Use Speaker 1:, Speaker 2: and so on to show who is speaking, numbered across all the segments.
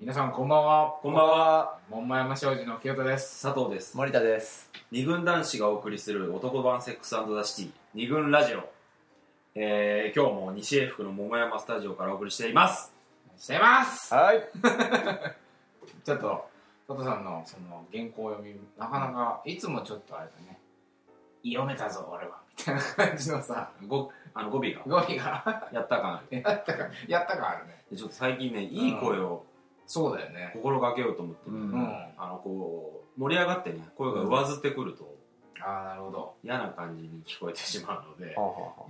Speaker 1: 皆さんこんばんは
Speaker 2: こんばんは、
Speaker 1: 門前山商事の清田です
Speaker 2: 佐藤です。
Speaker 3: 森田です。
Speaker 2: 二軍男子がお送りする男版セックスザシティ二軍ラジオ。えー、今日も西英福の桃山スタジオからお送りしています。
Speaker 1: してます
Speaker 3: はい。
Speaker 1: ちょっと佐藤さんのその原稿を読みなかなかいつもちょっとあれだね読めたぞ俺はみたいな感じのさ
Speaker 2: ごあの語尾が
Speaker 1: 語尾が
Speaker 2: やった感ある
Speaker 1: やったかやったかあるね
Speaker 2: でちょっと最近ね、いい声を
Speaker 1: そうだよね
Speaker 2: 心がけようと思って、
Speaker 1: うん、
Speaker 3: うん
Speaker 1: あ
Speaker 2: あの、こう、盛り上がってね、声が上ずってくると
Speaker 1: あなるほど
Speaker 2: 嫌な感じに聞こえてしまうので、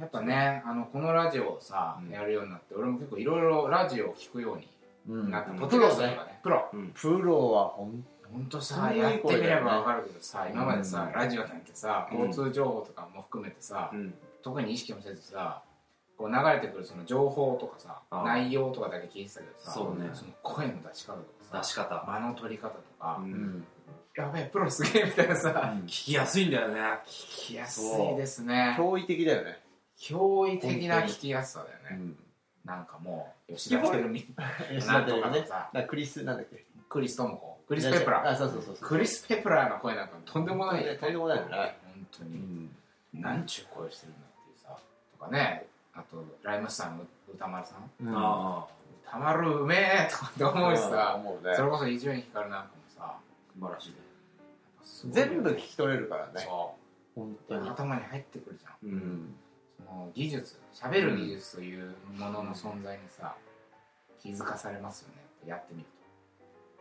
Speaker 1: やっぱねあのこのラジオをさ、
Speaker 2: うん
Speaker 1: やるようになって俺も結構いろいろラジオを聞くように
Speaker 3: うん
Speaker 1: なった、
Speaker 2: うん
Speaker 1: ポッドキャストとかねプロ
Speaker 3: プロはほん、
Speaker 1: ほんと
Speaker 3: そん
Speaker 1: さ、
Speaker 3: ないい
Speaker 1: やってみれば
Speaker 3: 声だよね
Speaker 1: わかるけどさ、今までさ、
Speaker 3: うん
Speaker 1: ラジオなんてさ、
Speaker 2: うん
Speaker 1: 交通情報とかも含めてさ、
Speaker 2: うん。
Speaker 1: 特に意識もせずさ、こう流れてくるその情報とかさ
Speaker 2: あ、あ
Speaker 1: 内容とかだけ聞いてたけどさ、
Speaker 2: そうね
Speaker 1: の声の出し方とか
Speaker 2: 出
Speaker 1: さ、
Speaker 2: し方。
Speaker 1: 間の取り方とか、
Speaker 2: う
Speaker 3: うんん、
Speaker 1: やべえ、プロすげえみたいなさ、
Speaker 2: 聞きやすいんだよね。
Speaker 1: 聞きやすいですね。
Speaker 3: 驚異的だよね。
Speaker 1: 驚異的な
Speaker 3: 本当に
Speaker 1: 聞きやすさだよね。
Speaker 3: ん。
Speaker 1: なんかもう、吉田照美、なんとかの
Speaker 3: ね。
Speaker 1: さ、
Speaker 3: だクリス、なんだっけ
Speaker 1: クリス智子、ク
Speaker 3: ク
Speaker 1: リス・ペプラー。
Speaker 3: あ、そうそうそうそう。
Speaker 1: クリス・ペプラーの声なんかとんでもないよね。
Speaker 3: とんでもないよね
Speaker 1: 本当
Speaker 3: う
Speaker 1: に。
Speaker 3: ん。
Speaker 1: なんちゅう声してるんだっていうさとかねあとライムスターの歌丸さん
Speaker 2: ああ、
Speaker 1: 歌丸うめえとかって思うし
Speaker 3: あー
Speaker 1: さ
Speaker 3: 思う
Speaker 1: それ
Speaker 3: ね。
Speaker 1: こそ伊集院光なんかもさ
Speaker 2: 素晴らしいね。
Speaker 1: すごいよね
Speaker 3: 全部聞き取れるからね。
Speaker 1: そ
Speaker 3: 本
Speaker 1: う
Speaker 3: 当に。
Speaker 1: 頭に入ってくるじゃん
Speaker 2: う
Speaker 3: う。ん。
Speaker 1: その技術喋る技術というものの存在にさ気づかされますよねやってみる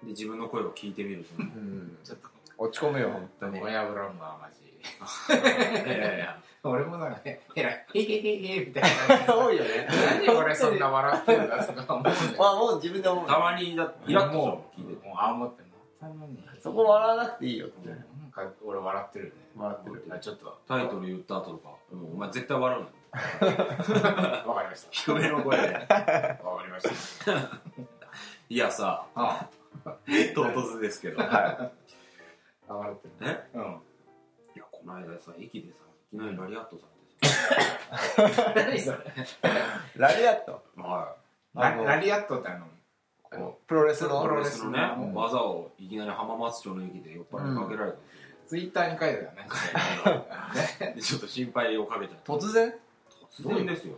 Speaker 2: で、自分の声を聞いてみるとね。
Speaker 3: うん。
Speaker 1: とちょっと
Speaker 3: 落ち込むよ、本当に。
Speaker 1: 親ブラムはマジ
Speaker 2: いやいやいや。
Speaker 1: 俺もなんかねえらい「へへへへ」みたいな
Speaker 3: 多いよね。
Speaker 1: 何俺そんな笑ってんだとか思うんだけど
Speaker 3: あ、もう自分で思う。
Speaker 2: たまにだイラッと
Speaker 1: も
Speaker 2: するもん聞いてて
Speaker 1: う、もうああ思ってまたのに。
Speaker 3: そこ笑わなくていいよって。
Speaker 1: なんか俺笑ってるよね。
Speaker 3: 笑ってる
Speaker 1: あちょっと、
Speaker 2: タイトル言った後とか、うんお前絶対笑うの
Speaker 1: わかりまし
Speaker 2: 低めの声で
Speaker 1: た。わかりました。
Speaker 2: いやさ
Speaker 1: あ
Speaker 2: 唐突ですけどい
Speaker 3: は
Speaker 1: あ、笑ってる。
Speaker 2: え
Speaker 1: うん。
Speaker 2: やこの間さ駅でさいきなりラリアットされて
Speaker 1: 何それ
Speaker 3: い。ラリアット。
Speaker 2: さは
Speaker 1: ラ
Speaker 3: あの
Speaker 1: ラリアットってあの、あの
Speaker 3: こうプロレ
Speaker 2: い
Speaker 3: スの。
Speaker 2: プロレスのね
Speaker 3: うん
Speaker 2: 技をいきなり浜松町の駅で酔っ払いにかけられたんで
Speaker 1: ツイッターに書いてたね。
Speaker 2: すよ、でちょっと心配をかけちゃって
Speaker 3: 突然
Speaker 2: 突然ですよ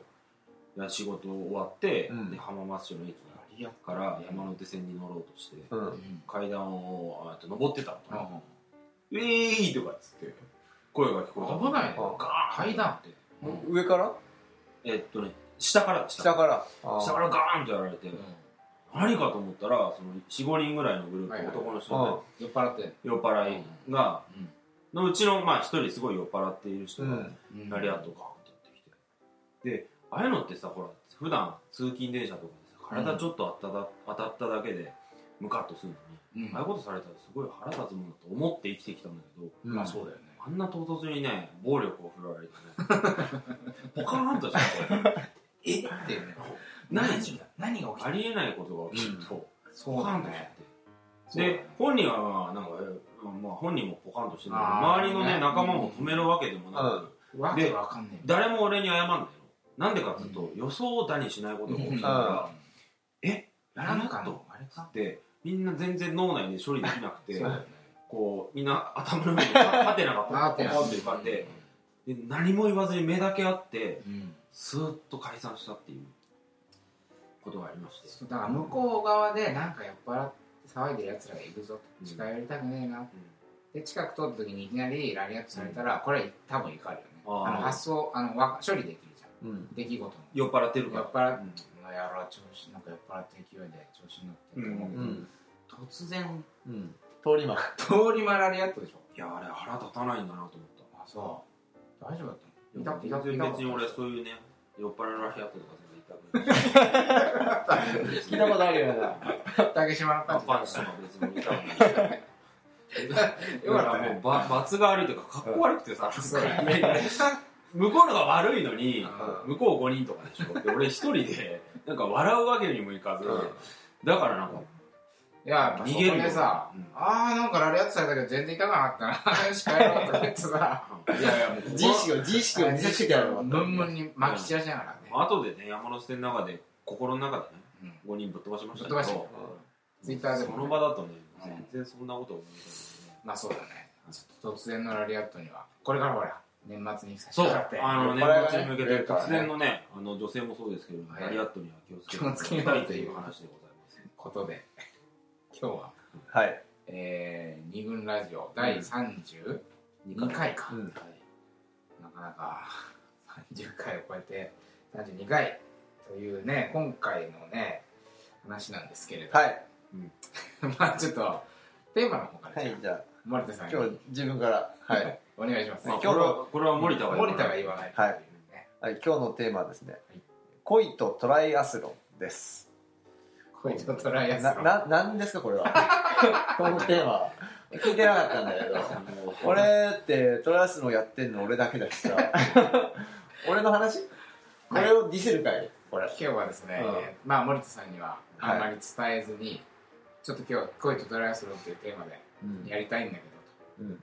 Speaker 2: いや仕事終わって、
Speaker 3: うん
Speaker 2: で浜松町の駅
Speaker 1: リアッ
Speaker 2: から山手線に乗ろうとして
Speaker 3: う
Speaker 1: ト
Speaker 3: ん。
Speaker 2: 階段をあ登ってたのかな
Speaker 1: う
Speaker 2: 「ウィー!」とかっつって声が聞こえた
Speaker 1: ん。危ないね。
Speaker 3: あ
Speaker 2: ガーン
Speaker 1: 階段って。
Speaker 2: うん
Speaker 3: 上から
Speaker 2: えっとね下から下
Speaker 3: 下から。
Speaker 2: 下からガーンってやられて、
Speaker 1: うん
Speaker 2: 何かと思ったらその45人ぐらいのグループ、
Speaker 1: はいはい
Speaker 2: 男の人で、
Speaker 3: うん。
Speaker 1: 酔っ払って。
Speaker 2: 酔っ払いが、
Speaker 1: うん
Speaker 2: のうちのまあ一人すごい酔っ払っている人
Speaker 3: う
Speaker 2: が、
Speaker 3: ん。
Speaker 1: うん
Speaker 2: ラリアットガーンってやってきてでああいうのってさほら普段通勤電車とかでさ体ちょっと当ただ当たっただけでムカッとするのに、
Speaker 1: うん
Speaker 2: ああいうことされたらすごい腹立つもんだと思って生きてきたんだけど
Speaker 1: まあそうだよね。
Speaker 2: あんな唐突にね暴力を振るわれてね ポカーンとしちゃって
Speaker 1: えっていうね。
Speaker 2: 何
Speaker 1: 何が起き
Speaker 2: あ
Speaker 1: た
Speaker 2: りえないことが起きると、
Speaker 1: そう
Speaker 2: ポカ
Speaker 1: だ
Speaker 2: ーンとしちゃっ
Speaker 1: ね。
Speaker 2: て。
Speaker 1: そうだね
Speaker 2: で、本人はまあなんか、えまあ、本人もポカンとしてるんだけど
Speaker 1: あー
Speaker 2: 周りのね
Speaker 1: ね
Speaker 2: 仲間も止めるわけでもなく、
Speaker 1: わけわかんねえ。
Speaker 2: 誰も俺に謝んないのなんでかっていうと、予想だにしないことが起きるか
Speaker 1: うん
Speaker 2: ら、やらな
Speaker 1: なんか
Speaker 2: と
Speaker 1: のあれか
Speaker 2: ってみんな全然脳内で処理できなくて
Speaker 1: そうだよね。
Speaker 2: こうみんな頭の上にハテナがポ
Speaker 1: あー
Speaker 2: ン
Speaker 1: って
Speaker 2: ポ
Speaker 1: な
Speaker 2: ンポンって浮かんでで何も言わずに目だけあって
Speaker 1: うん
Speaker 2: スーッと解散したっていうことがありまして
Speaker 1: そうだから向こう側でなんか酔っ払って騒いでるやつらがいるぞ
Speaker 2: うん
Speaker 1: 近寄りたくねえな、
Speaker 2: うん
Speaker 1: で近く通った時にいきなりラリアットされたら、これ多分怒るよね
Speaker 2: あー
Speaker 1: あの発想あのわ処理できるじゃん
Speaker 3: うん。
Speaker 1: 出来事の
Speaker 2: 酔っ払ってるか
Speaker 1: 酔
Speaker 2: ら
Speaker 1: っ払っ
Speaker 2: うん
Speaker 1: この野郎調子なんか酔っ払って勢いで調子に乗ってると思うけ
Speaker 3: う
Speaker 1: ど、
Speaker 3: ん。
Speaker 1: 突然
Speaker 3: うん。通り魔。
Speaker 1: 通り魔ラリアットでしょ
Speaker 2: いやあれ腹立たないんだなと思った
Speaker 1: あそう大丈夫だったの
Speaker 2: 全然別に俺そういうね酔っ払いのラヒアットとか全然
Speaker 3: 聞いたことあるよ うな。
Speaker 1: 竹島の
Speaker 2: 痛
Speaker 1: パン
Speaker 2: く
Speaker 1: チ
Speaker 2: ないパンチとか別に痛くない
Speaker 1: よかった
Speaker 2: だからも
Speaker 1: ね
Speaker 2: うば罰が悪いというかかっこ悪くてさ
Speaker 1: そうだ
Speaker 2: なんかいやいや向こうのが悪いのに
Speaker 1: う
Speaker 2: 向こう5人とかでしょで俺1人でなんか笑うわけにもいかずだからなんか
Speaker 1: いや、やっぱそこでさ、
Speaker 2: 逃げるよ
Speaker 1: あーなんかラリアットされたけど全然痛くなかっ たな、しかやろうとか言ってさ、
Speaker 2: いやいやもう ここ
Speaker 3: 自意識を、自意識を見せてきたよ。
Speaker 1: ムンムンに巻き散らしながらね、
Speaker 2: 後でね山手線の中で心の中でね
Speaker 1: うん
Speaker 2: 5人ぶっ飛ばしまし
Speaker 1: ぶった飛
Speaker 2: け
Speaker 1: ばして
Speaker 2: ど
Speaker 1: ツイッターで
Speaker 2: そ
Speaker 1: も、
Speaker 2: の場だとね、全然そんなこと思いますね。
Speaker 1: まあそうだね突然のラリアットにはこれからほら年末に差し
Speaker 2: そう
Speaker 1: 掛かって、
Speaker 2: あのね、
Speaker 3: 酔っ払いがね
Speaker 2: 年末に向け、
Speaker 3: 酔って払いがね
Speaker 2: 突然のね、あの女性もそうですけど、
Speaker 1: はい
Speaker 2: ラリアットには気をつけて
Speaker 1: 気をつけないと
Speaker 2: と
Speaker 1: い
Speaker 2: いうう話でございます。
Speaker 1: ことで今日は、
Speaker 3: はい。
Speaker 1: えー、二軍ラジオ第32回か、
Speaker 3: うん
Speaker 1: なかなか30回を超えて32回というね今回のね話なんですけれど、
Speaker 3: はい。
Speaker 1: まあちょっとテーマの方からじ
Speaker 3: は
Speaker 1: ゃあ、
Speaker 3: い、じゃあ、
Speaker 1: 森田さん
Speaker 3: 今
Speaker 1: に
Speaker 3: 日自分から。はい。
Speaker 1: お願いします、
Speaker 2: まあ、
Speaker 3: 今
Speaker 2: こ
Speaker 3: 日
Speaker 2: れは、これは森田が
Speaker 1: 森田が言わないというね、
Speaker 3: はい、今日のテーマはですね。恋とトライアスロンです。
Speaker 1: こいつのトライアスロ
Speaker 3: な、
Speaker 1: ン
Speaker 3: な、なんですか、こ れは。このテーマは。聞いてなかったんだけど。
Speaker 2: 俺、
Speaker 3: 俺ってトライアスロンやってんの俺だけだし さ俺の話これをディスるかいこれ
Speaker 1: 今日はですね、
Speaker 3: う
Speaker 1: まあ森田さんにはあんまり伝えずに、ちょっと今日は恋とトライアスロンというテーマで
Speaker 3: うん、
Speaker 1: やりたいんだけど
Speaker 3: うん、
Speaker 1: と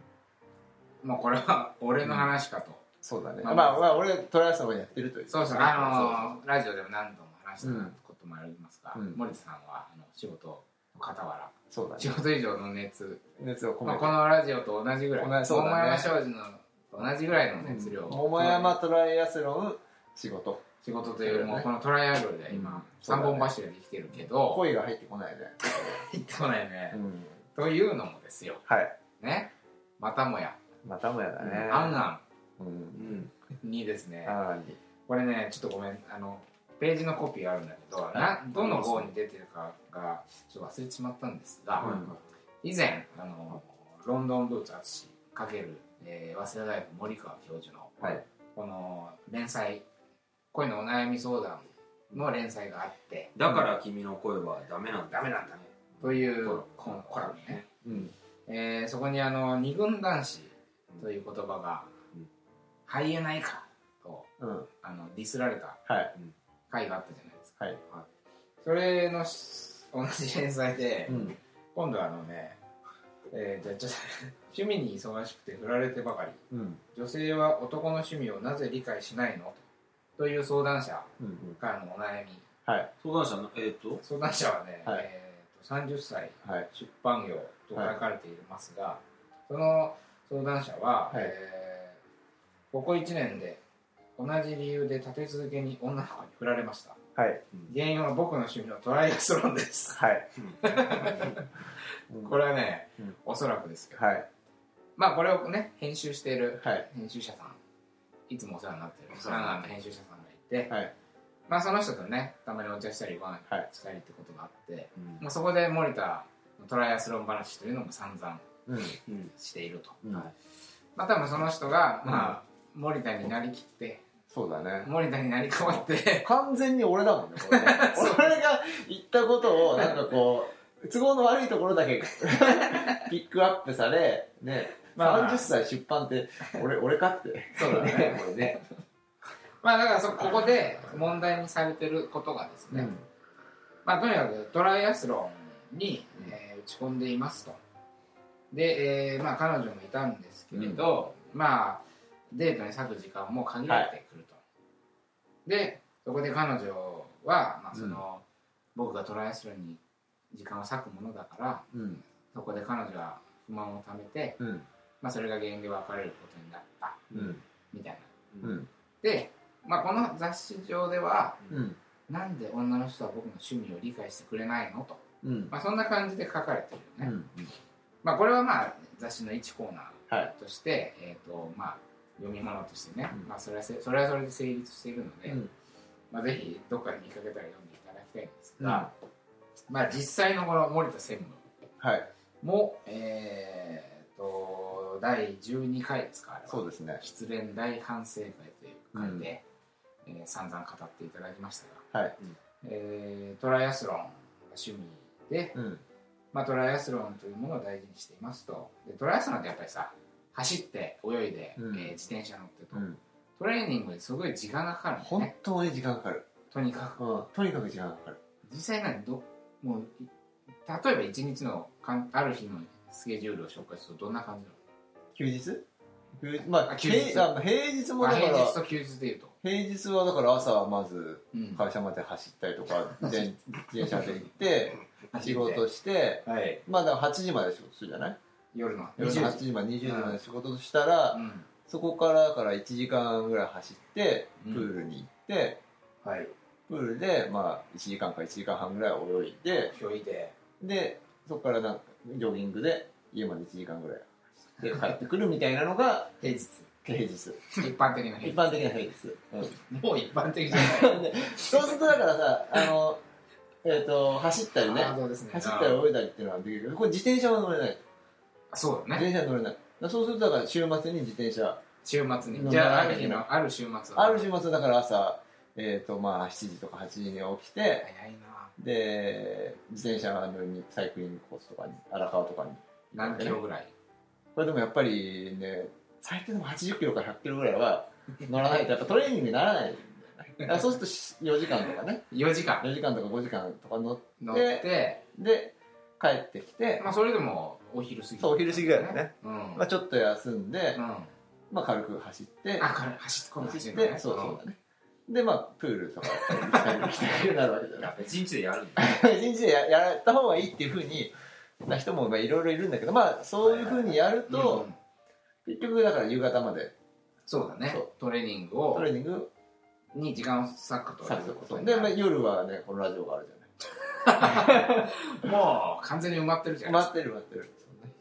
Speaker 1: もうこれは俺の話かと、
Speaker 3: そうだね
Speaker 1: ま
Speaker 3: ま
Speaker 1: あ
Speaker 3: あ、まあ、俺トライアスロンやってるという
Speaker 1: そうそうあのーラジオでも何度も話した
Speaker 3: うん
Speaker 1: こともありますが、
Speaker 3: うん
Speaker 1: 森田さんはあの仕事の傍ら
Speaker 3: そうだ
Speaker 1: 仕
Speaker 3: ね
Speaker 1: 事以上の熱、
Speaker 3: 熱を込
Speaker 1: ま
Speaker 3: め
Speaker 1: あ、
Speaker 3: て、
Speaker 1: このラジオと同じぐらい
Speaker 3: 同じそうだね
Speaker 1: 桃山商事の同じぐらいの熱量
Speaker 3: うん
Speaker 1: を
Speaker 3: 桃山トライアスロン仕事
Speaker 1: 仕事というよりも
Speaker 3: ね
Speaker 1: このトライアルで今
Speaker 3: そう
Speaker 1: 3
Speaker 3: だね
Speaker 1: 本柱で生きてるけど
Speaker 3: 恋が入ってこないね、
Speaker 1: 入ってこないね
Speaker 3: うん、
Speaker 1: というのもですよ
Speaker 3: はい
Speaker 1: ねまたもや
Speaker 3: またもやだね、
Speaker 1: アンア
Speaker 3: う
Speaker 2: うんん、
Speaker 1: ンにですね
Speaker 3: あんあんに
Speaker 1: これねちょっとごめんあのページのコピーあるんだけど、などの号に出てるかがちょっと忘れちまったんですが、
Speaker 2: うん
Speaker 1: 以前あのロンドンブーツ淳かける、えー早稲田大学森川教授の、
Speaker 3: はい
Speaker 1: この連載恋のお悩み相談の連載があって
Speaker 2: だから君の声はダメなんだ。
Speaker 1: ダメなんだねというコ
Speaker 2: コラ
Speaker 1: ラ
Speaker 2: ム
Speaker 1: コラムね、
Speaker 3: うん
Speaker 1: えーそこにあの二軍男子という言葉が、
Speaker 2: うん
Speaker 1: ハイエナ以下と
Speaker 3: うん
Speaker 1: あのディスられた
Speaker 3: はい
Speaker 1: 回があったじゃないですか
Speaker 3: はい、
Speaker 1: それのし同じ連載で、
Speaker 3: うん、
Speaker 1: 今度はあのね、えーじゃあ ちょっと趣味に忙しくて振られてばかり
Speaker 3: うん
Speaker 1: 女性は男の趣味をなぜ理解しないのという相談者
Speaker 3: うんうん
Speaker 1: からのお悩み
Speaker 3: はい
Speaker 2: 相談者の、えーっと、
Speaker 1: 相談者はね、
Speaker 3: はい
Speaker 1: えーと30歳
Speaker 3: はい
Speaker 1: 出版業と書かれていますが、その相談者は、
Speaker 3: はい
Speaker 1: えーここ1年で同じ理由で立て続けに女の子に振られました
Speaker 3: はい
Speaker 1: 原因は僕の趣味のトライアスロンです
Speaker 3: はい、 うん
Speaker 1: これはね、
Speaker 3: うん
Speaker 1: おそらくですけど、
Speaker 3: はい
Speaker 1: まあこれをね編集している
Speaker 3: はい
Speaker 1: 編集者さんいつもお世話になってる
Speaker 2: お世
Speaker 1: サ
Speaker 2: 話
Speaker 1: ン
Speaker 2: に
Speaker 1: ガ
Speaker 2: な
Speaker 1: ン
Speaker 2: っ
Speaker 1: の
Speaker 2: て
Speaker 1: 編集者さんがいて、
Speaker 3: はい
Speaker 1: まあその人とねたまにお茶したりご飯
Speaker 3: はい
Speaker 1: したりってことがあって、
Speaker 2: うん
Speaker 1: まあ、そこで森田のトライアスロン話というのも散々
Speaker 3: うん
Speaker 2: うん
Speaker 1: していると、
Speaker 3: うん
Speaker 2: はい
Speaker 1: まあ多分その人が、まあ森田になりきって
Speaker 3: そうだね
Speaker 1: 森田になり変わって
Speaker 3: 完全に俺だもんね、これ ね俺が言ったことを、なんかこ う、都合の悪いところだけ ピックアップされ、ね、
Speaker 1: まあまあ
Speaker 3: 30歳出版って、俺、俺かって。
Speaker 1: そうだね
Speaker 3: これね。
Speaker 1: まあだからそここで問題にされてることがですね、
Speaker 3: うん
Speaker 1: まあとにかくトライアスロンに、えー打ち込んでいますとで、えーまあ彼女もいたんですけれど、まあデートに割く時間も限られてくると、でそこで彼女は、まあその僕がトライアスロンに時間を割くものだから
Speaker 3: うん。
Speaker 1: そこで彼女は不満をためて、
Speaker 3: うん。
Speaker 1: まあ、それが原因で別れることになった
Speaker 3: うん。
Speaker 1: みたいな
Speaker 3: うん。
Speaker 1: で、まあ、この雑誌上では
Speaker 3: うん。
Speaker 1: なんで女の人は僕の趣味を理解してくれないのと、
Speaker 3: うん。
Speaker 1: まあ、そんな感じで書かれて
Speaker 3: う
Speaker 1: るよね、
Speaker 3: ん。
Speaker 1: まあ、これはまあ雑誌の1コーナ
Speaker 3: はい。
Speaker 1: ーとして、えーとまあ、読み物としてね、
Speaker 3: うん
Speaker 1: まあ、それはせそれはそれで成立しているので、
Speaker 3: うん。
Speaker 1: まあ、ぜひどっかで見かけたら読んでいただきたいんですが、まあ、実際のこの森田専務
Speaker 3: はい。
Speaker 1: もえー、と第12回ですかあれは
Speaker 3: そうですね。
Speaker 1: 失恋大反省会という回で、えー散々語っていただきましたが、
Speaker 3: はい。
Speaker 1: えートライアスロンが趣味で、
Speaker 3: うん。
Speaker 1: まあ、トライアスロンというものを大事にしていますとでトライアスロンってやっぱりさ走って泳いで、
Speaker 3: うん
Speaker 1: えー自転車乗ってと、
Speaker 3: うん。
Speaker 1: トレーニングにすごい時間がかかるんだ
Speaker 3: 本
Speaker 1: ね
Speaker 3: 当に時間かかる。
Speaker 1: とにかく
Speaker 3: うん。とにかく時間かかる。
Speaker 1: 実際なんどもうい例えば一日のかんある日のスケジュールを紹介するとどんな感じなの
Speaker 3: 休日休まあ、
Speaker 1: あ
Speaker 3: 平
Speaker 1: 休日
Speaker 3: あ平日も
Speaker 1: まあ
Speaker 3: だか
Speaker 1: 平日
Speaker 3: ら、
Speaker 1: と休日でいうと、
Speaker 3: 平日はだから朝はまず
Speaker 1: うん
Speaker 3: 会社まで走ったりとか、自転自転車で行って、仕事して、
Speaker 2: はい。
Speaker 3: まあだから8時まで仕事するじゃない
Speaker 1: 夜の
Speaker 3: 夜の8
Speaker 1: 20時
Speaker 3: 時まで20時まで仕事したら、
Speaker 1: うん
Speaker 3: そこからだから1時間ぐらい走って、
Speaker 1: う
Speaker 3: プ
Speaker 1: ん
Speaker 3: ールに行って、
Speaker 1: はい
Speaker 3: プールで、まあ1時間か1時間半ぐらい泳いで、
Speaker 1: 今日いて
Speaker 3: で、そこからなんかジョギングで家まで1時間ぐらい走って帰ってくるみたいなのが
Speaker 1: 平日
Speaker 3: 平日。
Speaker 1: 一般的な
Speaker 3: 一
Speaker 1: 平
Speaker 3: 般的な平日。うん
Speaker 1: 日もう一般的じゃない
Speaker 3: そうするとだからさ、あの、えっ、と、走ったりね、
Speaker 1: ハードですね
Speaker 3: 走ったり泳いだりっていうのはできるけど、これ自転車は乗れない。
Speaker 1: あそうだ
Speaker 3: 自
Speaker 1: ね
Speaker 3: 転車は乗れない。だからそうするとだから週末に自転車、
Speaker 1: 週末
Speaker 3: うん
Speaker 1: にじゃあある日のある週末は
Speaker 3: ある週末だから朝、えっ、と、まあ7時とか8時に起きて、
Speaker 1: 早いな
Speaker 3: で、自転車のにサイクリングコースとかに、荒川とかに行っ
Speaker 1: 何キ
Speaker 3: てね。
Speaker 1: ロぐらい
Speaker 3: これでもやっぱりね、最低でも80キロから100キロぐらいは乗らないと、やっぱトレーニングにならないんだよね。だからそうすると4時間とかね、
Speaker 1: 4時間
Speaker 3: 4時間とか5時間とか乗っ
Speaker 1: 乗って
Speaker 3: で帰ってきて、
Speaker 1: まあそれでもお昼過ぎ
Speaker 3: そうお昼過ぎぐらいだね、
Speaker 1: うん
Speaker 3: まあ、ちょっと休んで、
Speaker 1: うん
Speaker 3: まあ、軽く走って
Speaker 1: あこれ走ってこない走
Speaker 3: 走っ
Speaker 1: るの
Speaker 3: て
Speaker 1: ね
Speaker 3: そうそうだねでまあプールとか行きたくなるわけじゃな
Speaker 2: や
Speaker 3: い
Speaker 2: っぱ一日でやるんだ。
Speaker 3: 一日でややった方がいいっていうふうにな人もまあいろいろいるんだけどまあそういうふうにやる
Speaker 1: う
Speaker 3: と、
Speaker 1: ん
Speaker 3: 結局だから夕方まで
Speaker 1: そうだね
Speaker 3: そ
Speaker 1: トレーニング
Speaker 3: ト
Speaker 1: を
Speaker 3: レーニング
Speaker 1: に時間を割くと
Speaker 3: さ
Speaker 1: い
Speaker 3: れ
Speaker 1: う
Speaker 3: る
Speaker 1: こ
Speaker 3: こと
Speaker 1: とにな
Speaker 3: で、
Speaker 1: る
Speaker 3: まあ、夜はねこのラジオがあるじゃない
Speaker 1: もう完全に埋まってるじゃないです
Speaker 3: 待
Speaker 1: か、
Speaker 3: ってる待ってる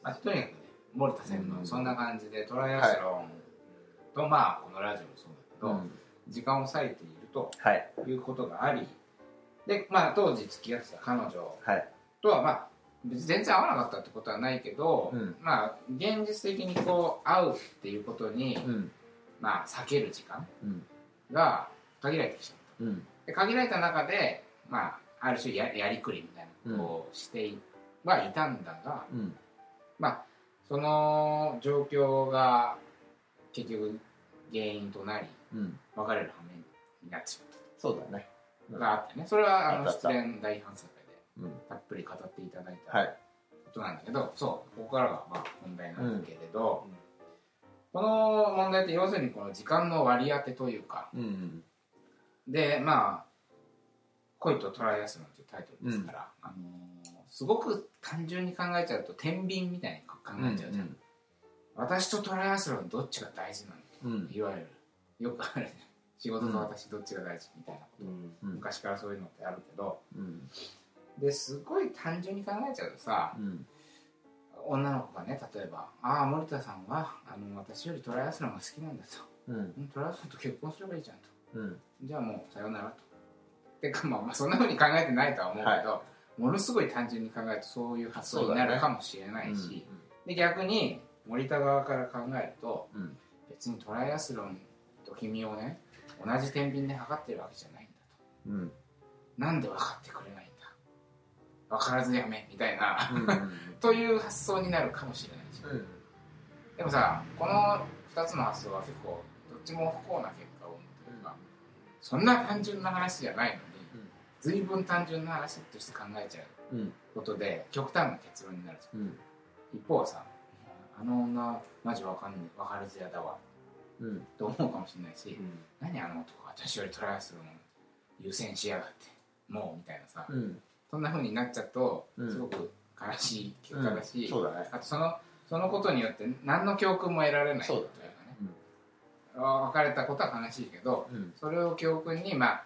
Speaker 1: まあ、とにかくね森田専
Speaker 3: う
Speaker 1: 務
Speaker 3: ん
Speaker 1: そんな感じでトライアスロンと、まあこのラジオもそうだけ
Speaker 3: う
Speaker 1: ど、
Speaker 3: ん
Speaker 1: 時間を割いていると
Speaker 3: はい
Speaker 1: いうことがありでまあ当時付き合ってた彼女
Speaker 3: はい
Speaker 1: とはまあ別に全然合わなかったってことはないけど、
Speaker 3: うん
Speaker 1: まあ現実的にこう会うっていうことに、
Speaker 3: うん
Speaker 1: まあ避ける時間
Speaker 3: うん
Speaker 1: が限られてきちゃった
Speaker 3: うん
Speaker 1: で限られた中でまあある種ややりくりみたいなことをしていはいたんだが、
Speaker 3: うん
Speaker 1: まあ、その状況が結局原因となり
Speaker 3: うん
Speaker 1: 別れる羽目になっちまっ
Speaker 3: そうだね
Speaker 1: たがあってねそれはあ
Speaker 3: あ
Speaker 1: の
Speaker 3: ったあった
Speaker 1: 失恋大反省会で
Speaker 3: うん
Speaker 1: たっぷり語っていただいた
Speaker 3: は
Speaker 1: こ
Speaker 3: い
Speaker 1: となんだけど、そうここからがまあ本題なんだけれど、
Speaker 2: うん
Speaker 1: この問題って要するにこの時間の割り当てというか
Speaker 3: うんうん
Speaker 1: でまあ「恋とトライアスロン」というタイトルですから、あのーすごく単純に考えちゃうと天秤みたいに考えちゃうじゃん、私とトライアスロンどっちが大事なの
Speaker 3: うん
Speaker 1: いわゆるよくあるね仕事と私どっちが大事みたいなこと、
Speaker 2: ん。
Speaker 3: うん
Speaker 1: 昔からそういうのってあるけど
Speaker 3: うん
Speaker 1: ですごい単純に考えちゃうとさ
Speaker 3: うん
Speaker 1: 女の子がね例えば「ああ森田さんはあの私よりトライアスロンが好きなんだ」と
Speaker 3: うん
Speaker 1: うん「トライアスロンと結婚すればいいじゃん」と
Speaker 3: うん
Speaker 1: 「じゃあもうさよなら」と。てかまあまあそんなふうに考えてないとは思うけど、ものすごい単純に考えるとそういう発想になるかもしれないし、で逆に森田側から考えると、
Speaker 3: うん
Speaker 1: 別にトライアスロンと君をね同じ天秤で測ってるわけじゃないんだ
Speaker 3: うん
Speaker 1: となんで分かってくれないんだ分からずやめみたいな
Speaker 3: うん
Speaker 1: という発想になるかもしれないしでもさこの2つの発想は結構どっちも不幸な結果を生むというかそんな単純な話じゃないのに
Speaker 3: うん
Speaker 1: 随分単純な話として考えちゃう
Speaker 3: うん
Speaker 1: ことで極端な結論になるじゃ
Speaker 3: うん
Speaker 1: ん一方さあの女マジ分かんねえ分からずやだわ
Speaker 3: うん
Speaker 1: と思うかもしれないし、
Speaker 2: うん
Speaker 1: 何あの男私よりトライアスロン優先しやがってもうみたいなさ、
Speaker 3: うん
Speaker 1: そんな風になっちゃうと
Speaker 3: うん
Speaker 1: すごく悲しい結果だし、
Speaker 3: そうだね
Speaker 1: あとそのそのことによって何の教訓も得られないと
Speaker 3: そ
Speaker 1: いうう
Speaker 3: だ
Speaker 1: か
Speaker 3: ね
Speaker 1: ねあ別れたことは悲しいけど
Speaker 3: うん
Speaker 1: それを教訓にまあ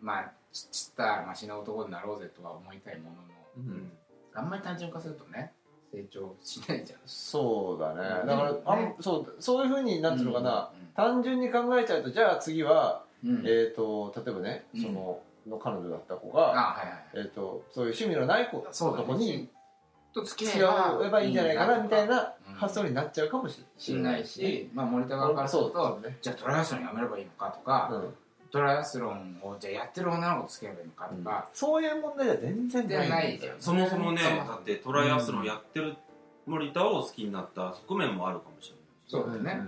Speaker 1: まあちちったましな男になろうぜとは思いたいものの
Speaker 3: うん
Speaker 1: あんまり単純化するとね成長しないじゃん
Speaker 3: そうだねだからあんそうそういうふうになんていうのかな
Speaker 1: うん
Speaker 3: 単純に考えちゃうとじゃあ次は
Speaker 1: うんうん
Speaker 3: えっと例えばねそのの彼女だった子が
Speaker 1: あはいはい
Speaker 3: えっとそういう趣味のない子
Speaker 1: そうだ
Speaker 3: とこに
Speaker 1: と付き
Speaker 3: 付
Speaker 1: 合
Speaker 3: き合えばいいんじゃないかなみたいな
Speaker 1: うん
Speaker 3: 発想になっちゃうかもし
Speaker 1: し
Speaker 3: れな
Speaker 1: ないい
Speaker 3: し
Speaker 1: し、まあ、森田
Speaker 3: だ
Speaker 1: 側からすると
Speaker 3: そうだね
Speaker 1: じゃあトライアスロンやめればいいのかとか、
Speaker 3: うん
Speaker 1: トライアスロンをじゃあやってる女の子つければいいのかとか、
Speaker 3: そういう問題じゃ全然
Speaker 1: で
Speaker 3: な
Speaker 1: ないい
Speaker 3: んだ
Speaker 1: じ
Speaker 3: よ
Speaker 1: ゃん
Speaker 2: そもそもね、
Speaker 1: そ
Speaker 2: だってトライアスロンやってる森田を好きになった側面もあるかもしれ
Speaker 1: そ
Speaker 2: な
Speaker 1: うだね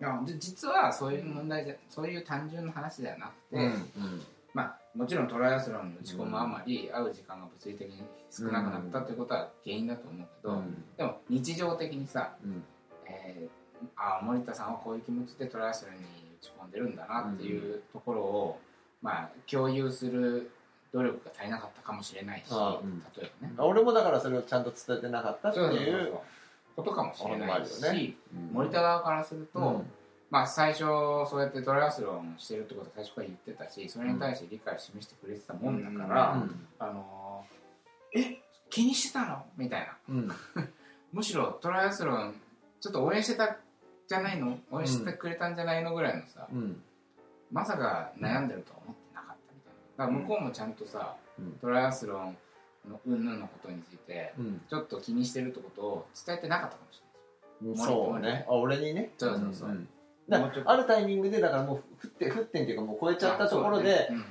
Speaker 1: いやじ実はそういう問題じゃそういう単純な話ではなく
Speaker 3: うん
Speaker 1: て、
Speaker 3: うん
Speaker 1: まあ、もちろんトライアスロンに打ち込むあまり、会う時間が物理的に少なくなったということは原因だと思うけど、
Speaker 3: うん
Speaker 1: でも日常的にさ、
Speaker 3: うん
Speaker 1: えあ森田さんはこういう気持ちでトライアスロンに打ち込んでるんだなっていうところを、まあ、共有する努力が足りなかったかもしれないし、
Speaker 3: あ
Speaker 2: うん
Speaker 1: 例えばね、
Speaker 3: 俺もだからそれをちゃんと伝えてなかったって
Speaker 1: そうそうそう
Speaker 3: い
Speaker 1: そう
Speaker 3: う
Speaker 1: ことかもしれないし、
Speaker 3: あるよね
Speaker 1: 森田側からすると、
Speaker 3: うん
Speaker 1: まあ、最初そうやってトライアスロンしてるってことは最初から言ってたしそれに対して理解を示してくれてたもんだから、
Speaker 3: うん
Speaker 1: あのーえ気にしてたのみたいな
Speaker 3: うん
Speaker 1: むしろトライアスロンちょっと応援してたじゃないの応援してくれたんじゃないのぐらいのさ、
Speaker 3: うん
Speaker 1: まさか悩んでるとは思ってなかったみたいなだから向こうもちゃんとさ、
Speaker 3: うん
Speaker 1: トライアスロンの云々のことについて
Speaker 3: うん
Speaker 1: ちょっと気にしてるってことを伝えてなかったかもし
Speaker 3: うんそうねあ俺にね
Speaker 1: れないそうそうそう、
Speaker 3: んだからあるタイミングでだからもう降って降ってんっていうかもう超えちゃったところで、
Speaker 1: うんうん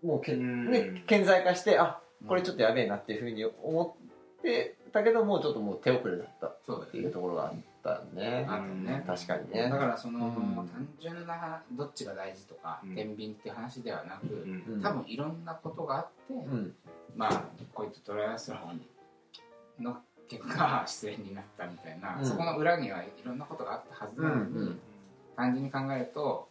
Speaker 3: もうけ、
Speaker 2: うん
Speaker 3: ね、顕在化してあ
Speaker 1: うん
Speaker 3: これちょっとやべえなっていうふうに思ってたけどもうちょっともう手遅れだったっ
Speaker 1: そうだよ
Speaker 3: ていうところがあったね
Speaker 1: あとね
Speaker 3: 確かに
Speaker 1: だ
Speaker 3: ね
Speaker 1: からその、
Speaker 3: うん
Speaker 1: 単純な話どっちが大事とか、
Speaker 2: うん
Speaker 1: 天秤って話ではな
Speaker 2: う
Speaker 1: く、
Speaker 2: ん
Speaker 3: うん
Speaker 1: 多分いろんなことがあって、
Speaker 3: うん
Speaker 1: まあこういったトライアスロンの結果失恋になったみたいな、
Speaker 3: うん
Speaker 1: そこの裏にはいろんなことがあったはず
Speaker 3: う
Speaker 1: なの
Speaker 3: ん
Speaker 1: に、
Speaker 3: うん
Speaker 1: 単純に考えると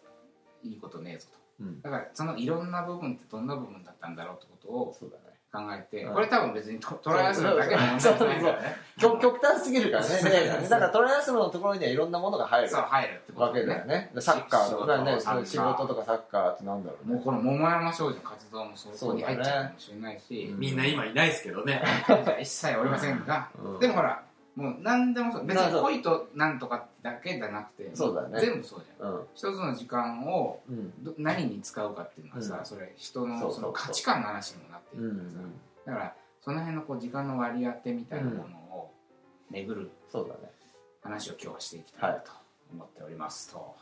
Speaker 1: いいことねえぞと
Speaker 3: うん
Speaker 1: だからそのいろんな部分ってどんな部分だったんだろうってことを
Speaker 3: そうだね
Speaker 1: 考えて、
Speaker 3: うん
Speaker 1: これ多分別にトトライアスロンだけの問題じゃないからね
Speaker 3: 極極端すぎるからね
Speaker 1: そう
Speaker 3: 例がねだからトライアスロンのところにはいろんなものが入る
Speaker 1: そう入るってこ
Speaker 3: わ
Speaker 1: と
Speaker 3: け
Speaker 1: で
Speaker 3: だよ
Speaker 1: ね
Speaker 3: ねサッカーとかね
Speaker 1: 仕事サッカー
Speaker 3: 仕事とかサッカーってなんだろう
Speaker 1: もう
Speaker 3: ね
Speaker 1: この桃山少女の活動もそこに入っちゃうかもしれないし、
Speaker 3: そうだね
Speaker 2: みんな今いないですけどね。
Speaker 1: じゃあ一切おりませんが、
Speaker 3: うん
Speaker 1: でもほらもう何でもそう別
Speaker 3: なるほ
Speaker 1: に
Speaker 3: ど
Speaker 1: 恋となんとかだけじゃなくて
Speaker 3: そうだね
Speaker 1: 全部そうじゃん
Speaker 3: うん
Speaker 1: 一つの時間を
Speaker 3: うん
Speaker 1: ど何に使うかっていうのはさ、
Speaker 3: うん
Speaker 1: それ人
Speaker 3: そう
Speaker 1: の
Speaker 3: そ
Speaker 1: そう
Speaker 3: そう
Speaker 1: の価値観の話にもなって
Speaker 3: う
Speaker 1: いるからさ、
Speaker 3: ん
Speaker 1: だからその辺のこう時間の割り当てみたいなものを巡る
Speaker 3: そうだね
Speaker 1: 話を今日はしていきたいなと思っておりますと、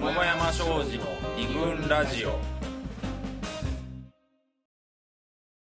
Speaker 4: 桃山商事の二軍ラジオ